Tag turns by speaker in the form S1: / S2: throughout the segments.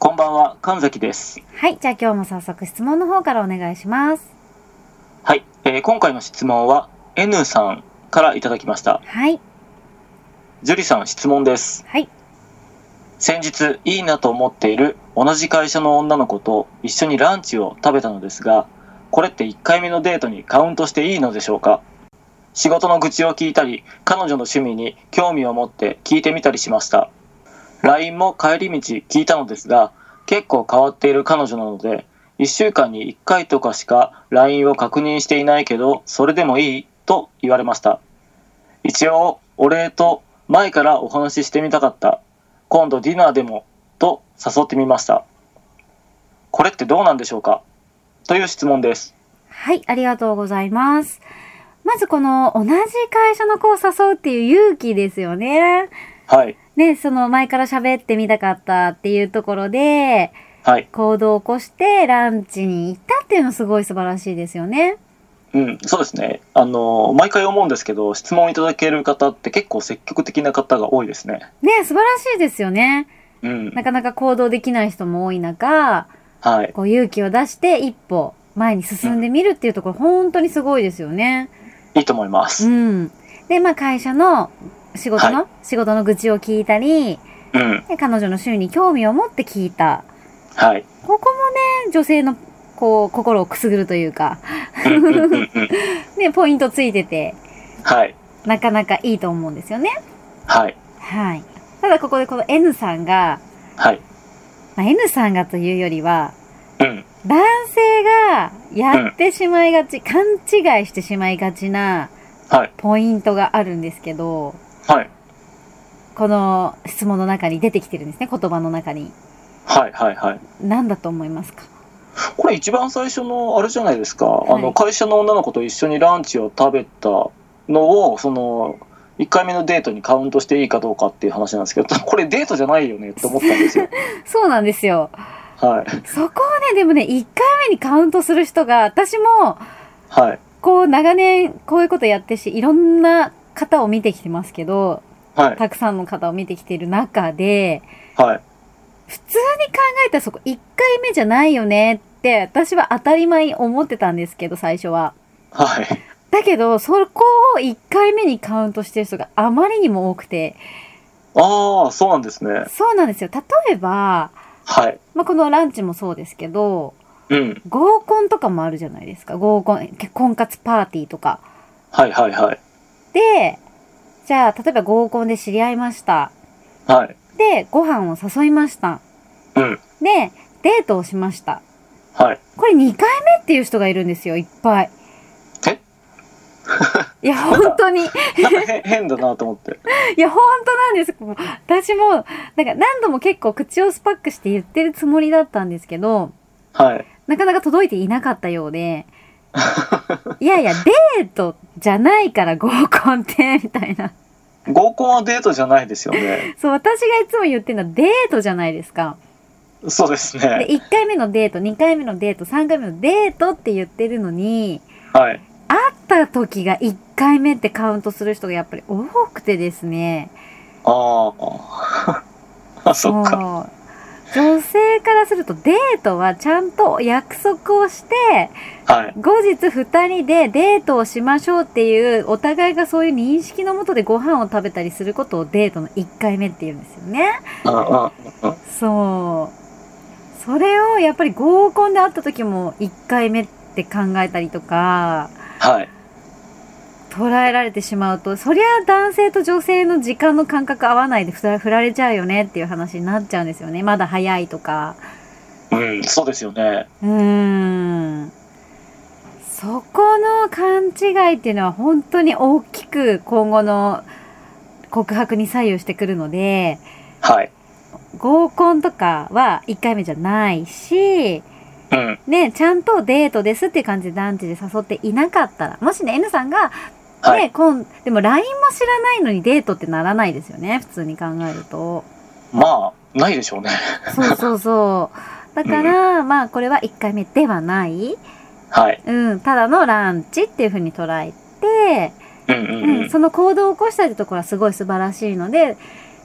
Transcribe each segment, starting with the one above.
S1: こんばんは、神崎です。
S2: はい、じゃあ今日も早速質問の方からお願いします。
S1: はい、えー今回の質問は N さんからいただきました。
S2: はい、
S1: ジュリさん質問です。
S2: はい、
S1: 先日いいなと思っている同じ会社の女の子と一緒にランチを食べたのですが、これって1回目のデートにカウントしていいのでしょうか仕事の愚痴を聞いたり、彼女の趣味に興味を持って聞いてみたりしました。LINE も帰り道聞いたのですが、結構変わっている彼女なので、1週間に1回とかしか LINE を確認していないけど、それでもいいと言われました。一応、お礼と前からお話ししてみたかった。今度ディナーでもと誘ってみましたこれってどうなんでしょうかという質問です
S2: はい、ありがとうございます。まずこの同じ会社の子を誘うっていう勇気ですよね。
S1: はい
S2: ね、その前から喋ってみたかったっていうところで、
S1: はい
S2: 行動を起こしてランチに行ったっていうのすごい素晴らしいですよね。
S1: うんそうですねあの毎回思うんですけど質問いただける方って結構積極的な方が多いですね
S2: ね、素晴らしいですよね。
S1: うん
S2: なかなか行動できない人も多い中、
S1: はい
S2: こう勇気を出して一歩前に進んでみるっていうところ、本当にすごいですよね。
S1: いいと思いま
S2: う
S1: す
S2: ん。で、まあ会社の仕事の、仕事の愚痴を聞いたり、
S1: うん
S2: で彼女の趣味に興味を持って聞いた。
S1: はい
S2: ここもね、女性のこう心をくすぐるというか、
S1: うんうんうんうん
S2: ね、ポイントついてて、
S1: はい
S2: なかなかいいと思うんですよね。
S1: はい
S2: はい。ただここでこの N さんが、
S1: はい
S2: まあ、N さんがというよりは、
S1: うん
S2: 男性がやってしまいがち、勘違いしてしまいがちな
S1: はい
S2: ポイントがあるんですけど、
S1: はい
S2: この質問の中に出てきてるんですね、言葉の中に。
S1: はいはいはい
S2: 何だと思いますか
S1: これ一番最初のあれじゃないですか、
S2: い
S1: あの会社の女の子と一緒にランチを食べたのをその1回目のデートにカウントしていいかどうかっていう話なんですけどこれデートじゃないよねって思ったんですよ
S2: そうなんですよ。
S1: はい
S2: そこをね、でもね、1回目にカウントする人が、私も、
S1: はい
S2: こう、長年、こういうことやってし、いろんな方を見てきてますけど、
S1: はい
S2: たくさんの方を見てきている中で、
S1: はい
S2: 普通に考えたらそこ1回目じゃないよねって、私は当たり前に思ってたんですけど、最初は。
S1: はい
S2: だけど、そこを1回目にカウントしてる人があまりにも多くて、
S1: ああそうなんですね
S2: そうなんですよ。例えば、
S1: はい
S2: まあ、このランチもそうですけど、
S1: うん
S2: 合コンとかもあるじゃないですか。合コン、婚活パーティーとか。
S1: はいはいはい
S2: で、じゃあ、例えば合コンで知り合いました。
S1: はい
S2: で、ご飯を誘いました。
S1: うん
S2: で、デートをしました。
S1: はい
S2: これ2回目っていう人がいるんですよ、いっぱい。
S1: え
S2: いや、本当に。い
S1: なんかへ変だなと思って
S2: や、本当なんです。もう私も、なんか何度も結構口をスパックして言ってるつもりだったんですけど、
S1: はい
S2: なかなか届いていなかったようで、いやいや、デートじゃないから合コンって、みたいな。
S1: 合コンはデートじゃないですよね
S2: そう、私がいつも言ってるのはデートじゃないですか。
S1: そうです
S2: で、
S1: ね
S2: 1回目のデート、2回目のデート、3回目のデートって言ってるのに、
S1: はい
S2: 会った時が1回目ってカウントする人がやっぱり多くてですね。
S1: ああ。あ、 そっか。
S2: もう女性からするとデートはちゃんと約束をして、
S1: はい。
S2: 後日2人でデートをしましょうっていう、お互いがそういう認識のもとでご飯を食べたりすることをデートの1回目って言うんですよね。
S1: うんうんうん。
S2: そう。それをやっぱり合コンで会った時も1回目って考えたりとか、
S1: はい。
S2: 捉えられてしまうと、そりゃ男性と女性の時間の感覚合わないでふた振られちゃうよねっていう話になっちゃうんですよね。まだ早いとか。
S1: うん、そうですよね。
S2: うーん。そこの勘違いっていうのは本当に大きく今後の告白に左右してくるので、
S1: はい。
S2: 合コンとかは1回目じゃないし、
S1: うん。
S2: ね、ちゃんとデートですっていう感じで団地で誘っていなかったら、もしね、N さんが、ね、
S1: はい。
S2: 今、でも LINE も知らないのにデートってならないですよね、普通に考えると。
S1: まあ、ないでしょうね。
S2: そうそう そう。だから、まあ、これは1回目ではない、
S1: はい。
S2: うん、ただのランチっていうふうに捉えて、
S1: うんう
S2: うん
S1: んうん。
S2: その行動を起こしたりところはすごい素晴らしいので、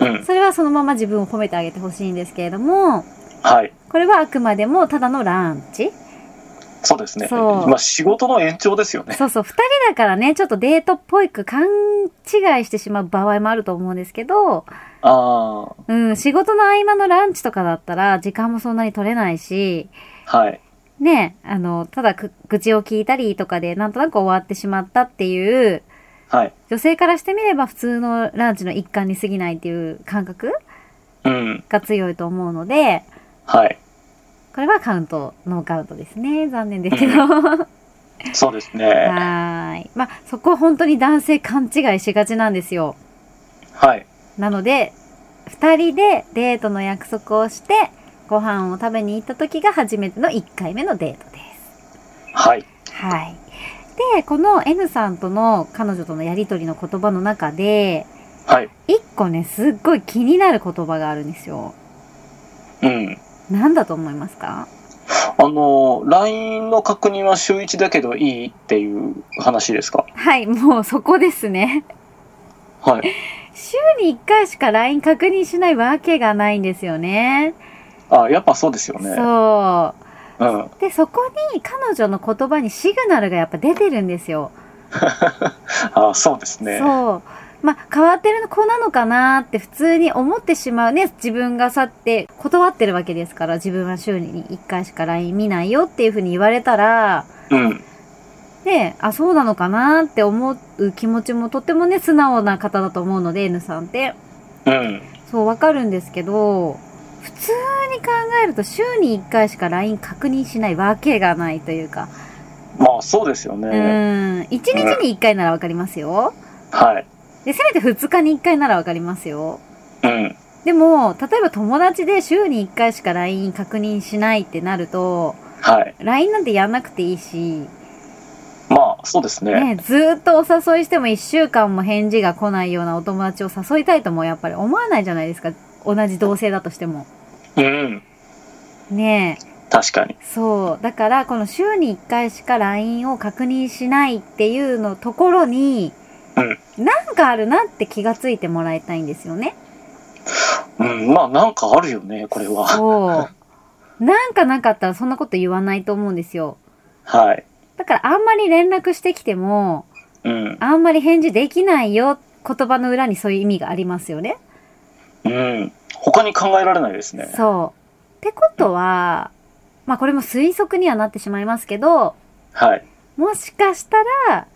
S1: うん。
S2: それはそのまま自分を褒めてあげてほしいんですけれども、
S1: はい。
S2: これはあくまでもただのランチ
S1: そうですね。
S2: そう
S1: まあ、仕事の延長ですよね。
S2: そうそう、二人だからね、ちょっとデートっぽいく勘違いしてしまう場合もあると思うんですけど、
S1: あ
S2: うん、仕事の合間のランチとかだったら、時間もそんなに取れないし、
S1: あ。はい。
S2: ね、あの、ただく愚痴を聞いたりとかで、なんとなく終わってしまったっていう、
S1: はい。
S2: 女性からしてみれば普通のランチの一環に過ぎないっていう感覚
S1: うん。
S2: が強いと思うので、
S1: はい。
S2: これはカウント、ノーカウントですね。残念ですけど。
S1: う
S2: は
S1: そうです
S2: ー
S1: ね。
S2: い。まあ、そこは本当に男性勘違いしがちなんですよ。
S1: はい。
S2: なので、二人でデートの約束をして、ご飯を食べに行った時が初めての1回目のデートです。
S1: はい。
S2: はい。で、この N さんとの彼女とのやりとりの言葉の中で、
S1: はい。
S2: 一個ね、すっごい気になる言葉があるんですよ。
S1: うん。
S2: なんだと思いますか
S1: あの、LINE の確認は週1だけどいいっていう話ですか
S2: はい、もうそこですね。
S1: はい。
S2: 週に1回しか LINE 確認しないわけがないんですよね。
S1: あやっぱそうですよね。
S2: そ
S1: うん。
S2: う。で、そこに彼女の言葉にシグナルがやっぱ出てるんですよ。
S1: あそうですね。
S2: そう。まあ、変わってる子なのかなって普通に思ってしまうね。自分が去って断ってるわけですから、自分は週に1回しか LINE 見ないよっていうふうに言われたら、
S1: うん。
S2: ね、あ、そうなのかなって思う気持ちもとてもね、素直な方だと思うので、N さんって。
S1: うん。
S2: そう、わかるんですけど、普通に考えると週に1回しか LINE 確認しないわけがないというか、
S1: まあそうですよね。
S2: うーん、1日に1回ならわかりますよ。
S1: はい。
S2: で、せめて2日に1回ならわかりますよ。
S1: うん。
S2: でも、例えば友達で週に1回しか LINE 確認しないってなると、
S1: はい。
S2: LINE なんてやんなくていいし、
S1: まあそうです
S2: ね、
S1: ね。
S2: ずーっとお誘いしても1週間も返事が来ないようなお友達を誘いたいともやっぱり思わないじゃないですか。同じ同性だとしても。
S1: うん。
S2: ねえ。
S1: 確かに。
S2: そう。だから、この週に1回しか LINE を確認しないっていうのところに、
S1: うん
S2: なんかあるなって気がついてもらいたいんですよね。
S1: うん。まあなんかあるよね、これは。
S2: そう。なんかなかったらそんなこと言わないと思うんですよ。
S1: はい。
S2: だからあんまり連絡してきても、
S1: うん。
S2: あんまり返事できないよ。言葉の裏にそういう意味がありますよね。
S1: うん。他に考えられないですね。
S2: そう。ってことは、まあこれも推測にはなってしまいますけど、
S1: はい。
S2: もしかしたら、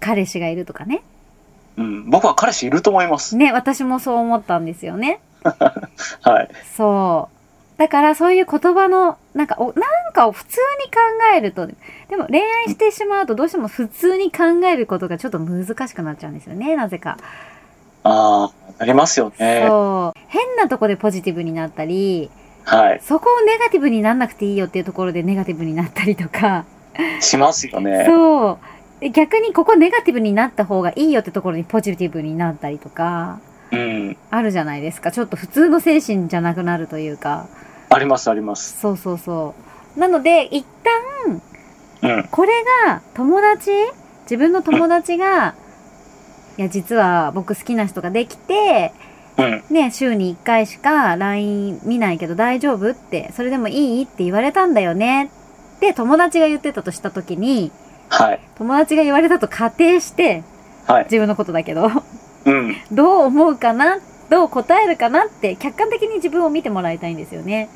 S2: 彼氏がいるとかね。
S1: うん。僕は彼氏いると思います。
S2: ね、私もそう思ったんですよね。
S1: はい。
S2: そう。だからそういう言葉の、なんか、お、なんかを普通に考えると、でも恋愛してしまうとどうしても普通に考えることがちょっと難しくなっちゃうんですよね、なぜか。
S1: ああ、なりますよね。
S2: そう。変なとこでポジティブになったり、
S1: はい。
S2: そこをネガティブになんなくていいよっていうところでネガティブになったりとか、
S1: しますよね。
S2: そう。で逆にここネガティブになった方がいいよってところにポジティブになったりとか、
S1: うん。
S2: あるじゃないですか。ちょっと普通の精神じゃなくなるというか。
S1: ありますあります。
S2: そうそうそう。なので、一旦、
S1: うん。
S2: これが友達自分の友達が、いや、実は僕好きな人ができて、
S1: うん。
S2: ね、週に1回しか LINE 見ないけど大丈夫って、それでもいいって言われたんだよねって友達が言ってたとした時に、
S1: はい。
S2: 友達が言われたと仮定して、
S1: はい。
S2: 自分のことだけど、
S1: うん。
S2: どう思うかなどう答えるかなって客観的に自分を見てもらいたいんですよね。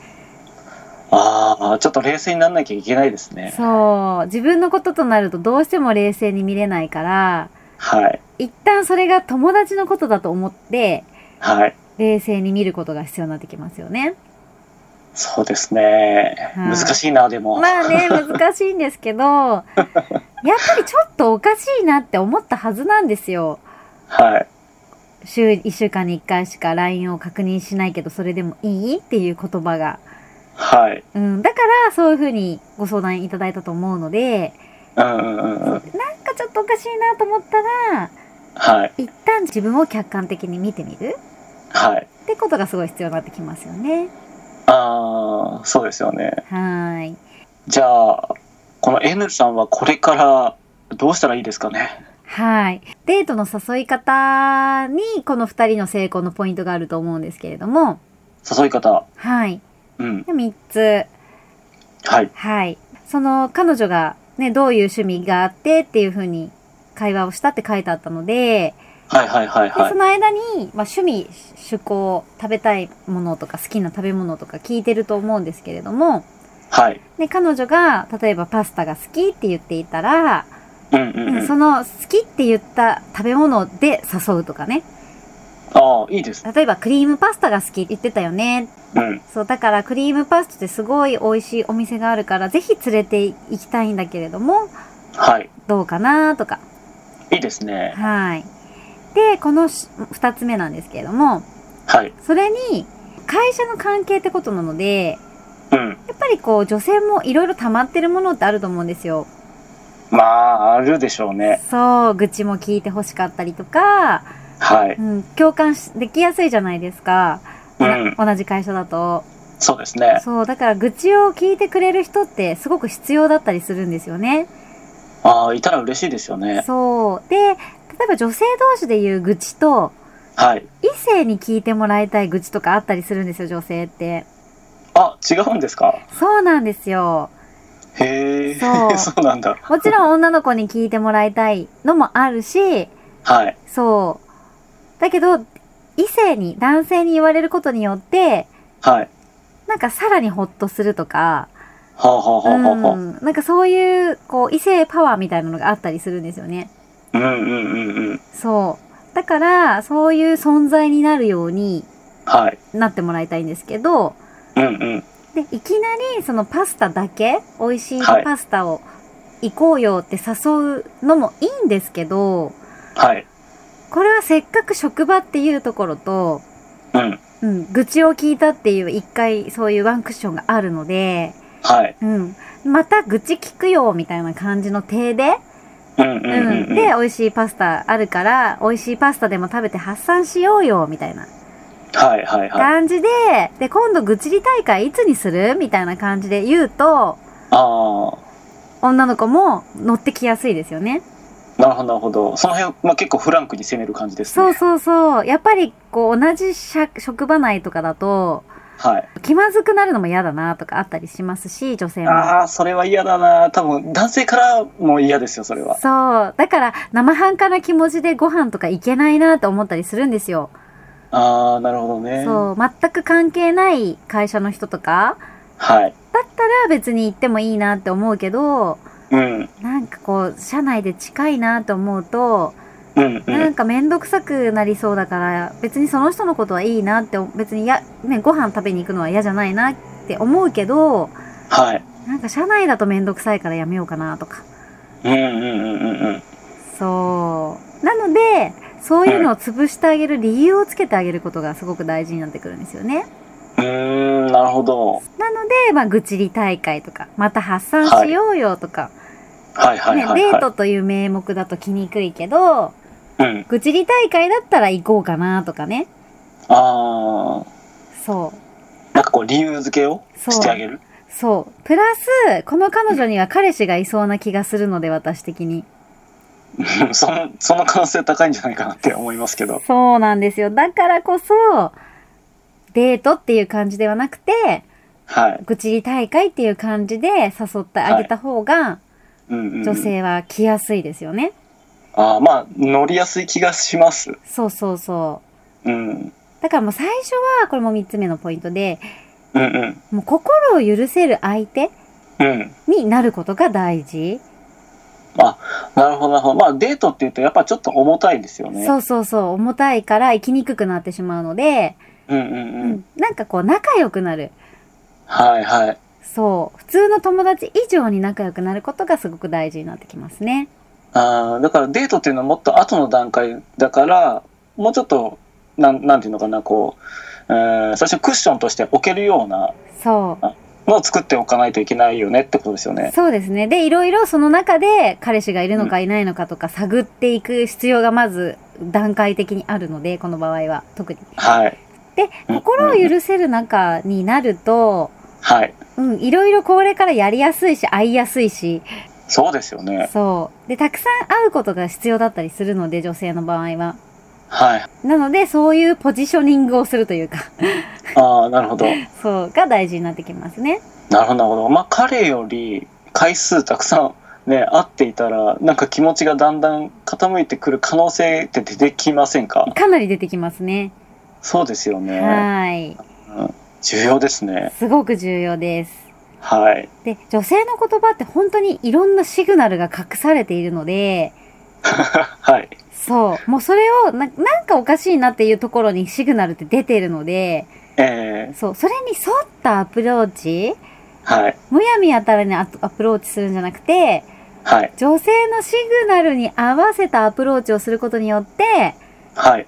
S1: ああ、ちょっと冷静にならなきゃいけないですね。
S2: そう。自分のこととなるとどうしても冷静に見れないから、
S1: はい。
S2: 一旦それが友達のことだと思って、
S1: はい。
S2: 冷静に見ることが必要になってきますよね。
S1: そうですね。
S2: はい
S1: 難しいな、でも。
S2: まあね、難しいんですけど、やっぱりちょっとおかしいなって思ったはずなんですよ。
S1: はい。
S2: 週、1週間に1回しか LINE を確認しないけど、それでもいいっていう言葉が。
S1: はい。
S2: うん、だからそういうふうにご相談いただいたと思うので、
S1: うんうんうんうん。
S2: なんかちょっとおかしいなと思ったら、
S1: はい。
S2: 一旦自分を客観的に見てみる
S1: はい。
S2: ってことがすごい必要になってきますよね。
S1: ああ、そうですよね。
S2: はーい。
S1: じゃあ、この N さんはこれからどうしたらいいですかね。
S2: はい。デートの誘い方に、この二人の成功のポイントがあると思うんですけれども、
S1: 誘い方。
S2: はい。
S1: うん。
S2: で三つ。
S1: はい。
S2: はい。その、彼女がね、どういう趣味があってっていうふうに会話をしたって書いてあったので、
S1: はいはいはい
S2: で
S1: は
S2: そ
S1: い。
S2: の間に、まあ、趣味、趣向、食べたいものとか好きな食べ物とか聞いてると思うんですけれども、
S1: はい。
S2: で、彼女が、例えばパスタが好きって言っていたら、
S1: うんうん、うん。
S2: そ
S1: あ
S2: の好きって言った食べ物で誘うとかね。
S1: あ、いいです。
S2: 例えばクリームパスタが好きって言ってたよね。
S1: うん。
S2: そう、だからクリームパスタってすごい美味しいお店があるから、ぜひ連れて行きたいんだけれども、
S1: はい。
S2: どうかなとか。
S1: いいですね。
S2: はい。で、このし二つ目なんですけれども、
S1: はい。
S2: それに、会社の関係ってことなので、
S1: うん。
S2: やっぱりこう、女性もいろいろ溜まってるものってあると思うんですよ。
S1: まあ、あるでしょうね。
S2: そう、愚痴も聞いて欲しかったりとか、
S1: はい。
S2: うん、共感しできやすいじゃないですか。おな
S1: うん
S2: 同じ会社だと。
S1: そうですね。
S2: そう、だから愚痴を聞いてくれる人ってすごく必要だったりするんですよね。
S1: ああ、いたら嬉しいですよね。
S2: そう。で、例えば女性同士で言う愚痴と、
S1: はい。
S2: 異性に聞いてもらいたい愚痴とかあったりするんですよ、女性って。
S1: あ、違うんですか
S2: そうなんですよ。
S1: へえ、
S2: そう
S1: そうなんだ。
S2: もちろん女の子に聞いてもらいたいのもあるし、
S1: はい。
S2: そう。だけど、異性に、男性に言われることによって、
S1: はい。
S2: なんかさらにホッとするとか、
S1: はあ、はあはあはあ
S2: う
S1: は
S2: ん、なんかそういう、こう、異性パワーみたいなのがあったりするんですよね。
S1: あ。うんうんうんうん。
S2: そう。だから、そういう存在になるように
S1: はい。
S2: なってもらいたいんですけど、
S1: うんうん。
S2: で、いきなりそのパスタだけ、美味しい
S1: はい
S2: パスタを行こうよって誘うのもいいんですけど、
S1: はい。
S2: これはせっかく職場っていうところと、
S1: うん。
S2: うん、愚痴を聞いたっていう一回そういうワンクッションがあるので、
S1: はい。
S2: うん、また愚痴聞くよみたいな感じの体で、
S1: うんうん
S2: う
S1: うん
S2: ん、
S1: うん。
S2: で、美味しいパスタあるから、美味しいパスタでも食べて発散しようよみたいな
S1: はいはいはい。
S2: 感じで、で、今度愚痴り大会いつにするみたいな感じで言うと、
S1: ああ。
S2: 女の子も乗ってきやすいですよね。
S1: なるほど、なるほど。その辺、まあ、結構フランクに攻める感じです
S2: そう
S1: ね。
S2: そうそう。やっぱり、こう、同じ社職場内とかだと、
S1: はい。
S2: 気まずくなるのも嫌だなとかあったりしますし、女性も。
S1: ああ、それは嫌だな。多分、男性からも嫌ですよ、それは。
S2: そう。だから、生半可な気持ちでご飯とかいけないなと思ったりするんですよ。
S1: ああ、なるほどね。
S2: そう。全く関係ない会社の人とか、
S1: はい。
S2: だったら別に行ってもいいなって思うけど、
S1: うん。
S2: なんかこう、社内で近いなと思うと、
S1: うん、う
S2: なん
S1: ん。
S2: かめんどくさくなりそうだから、別にその人のことはいいなって、別にや、ね、ご飯食べに行くのは嫌じゃないなって思うけど、
S1: はい。
S2: なんか社内だとめんどくさいからやめようかなとか。
S1: うん、うん、うん、うんうん。
S2: そう。なので、そういうのを潰してあげる理由をつけてあげることがすごく大事になってくるんですよね。
S1: うーん、なるほど。
S2: なので、まあ、愚痴り大会とか、また発散しようよとか、
S1: はい、はい、
S2: ね、
S1: はい。
S2: デー
S1: は
S2: トという名目だと来にくいけど、
S1: い。うん。
S2: 愚痴り大会だったら行こうかなとかね。
S1: ああ、
S2: そう。
S1: なんかこう、理由付けを
S2: そう
S1: してあげる。
S2: そう。プラス、この彼女には彼氏がいそうな気がするので、私的に。
S1: その、その可能性高いんじゃないかなって思いますけど。
S2: そうなんですよ。だからこそ、デートっていう感じではなくて、
S1: はい。
S2: 愚痴り大会っていう感じで誘ってあげた方が、
S1: うんうんうん、
S2: 女性は来やすいですよね。
S1: ああ、まあ、乗りやすい気がします。
S2: そうそうそ
S1: うん。うん
S2: う。だからもう最初は、これも3つ目のポイントで、
S1: うん。
S2: もう心を許せる相手
S1: うん。
S2: になることが大事。
S1: なるほど、なるほど。まあ、デートっていうと、やっぱちょっと重たいですよね。。
S2: そううそうそう、重たいから生きにくくなってしまうので、
S1: うんうん
S2: う
S1: うん。
S2: ん、なんかこう仲良くなる。
S1: はいはい。
S2: そう。普通の友達以上に仲良くなることがすごく大事になってきますね。
S1: ああ、だからデートっていうのはもっと後の段階だから、もうちょっと、なん、なんていうのかな、こう、うん、最初クッションとして置けるような
S2: そ
S1: のを作っておかないといけないよねってことですよ
S2: う。
S1: ね。
S2: そうですね。で、いろいろその中で彼氏がいるのかいないのかとか探っていく必要がまず段階的にあるので、この場合は特に。
S1: はい。
S2: で、
S1: うん
S2: 心を許せる中になると、
S1: はい。
S2: うん、いろいろこれからやりやすいし、会いやすいし、
S1: そうですよね。
S2: そう。で、たくさん会うことが必要だったりするので、女性の場合は。
S1: はい。
S2: なので、そういうポジショニングをするというか、
S1: ああ、なるほど。
S2: そう、が大事になってきますね。
S1: なるほど、なるほど。まあ、彼より回数たくさんね、 会っていたら、なんか気持ちがだんだん傾いてくる可能性って出てきませんか
S2: かなり出てきますね。
S1: そうですよね。
S2: はい。
S1: 重要ですね。
S2: すごく重要です。
S1: はい。
S2: で、女性の言葉って本当にいろんなシグナルが隠されているので、
S1: はい。
S2: そう。もうそれをな、なんかおかしいなっていうところにシグナルって出ているので、
S1: えー、
S2: そう。それに沿ったアプローチ、
S1: はい。
S2: むやみやたらにアアプローチするんじゃなくて、
S1: はい。
S2: 女性のシグナルに合わせたアプローチをすることによって、
S1: はい。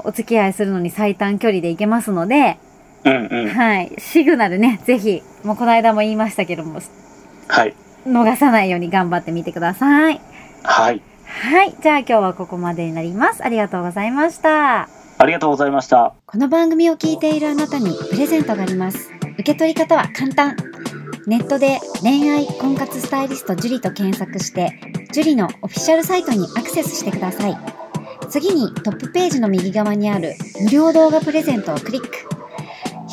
S2: お付き合いするのに最短距離で行けますので、
S1: うんうん。
S2: はい。シグナルね、ぜひ、もうこの間も言いましたけども、
S1: はい。
S2: 逃さないように頑張ってみてください。
S1: はい。
S2: はい。じゃあ今日はここまでになります。ありがとうございました。
S1: ありがとうございました。
S3: この番組を聞いているあなたにプレゼントがあります。受け取り方は簡単。ネットで恋愛婚活スタイリスト樹と検索して、樹のオフィシャルサイトにアクセスしてください。次にトップページの右側にある無料動画プレゼントをクリック。表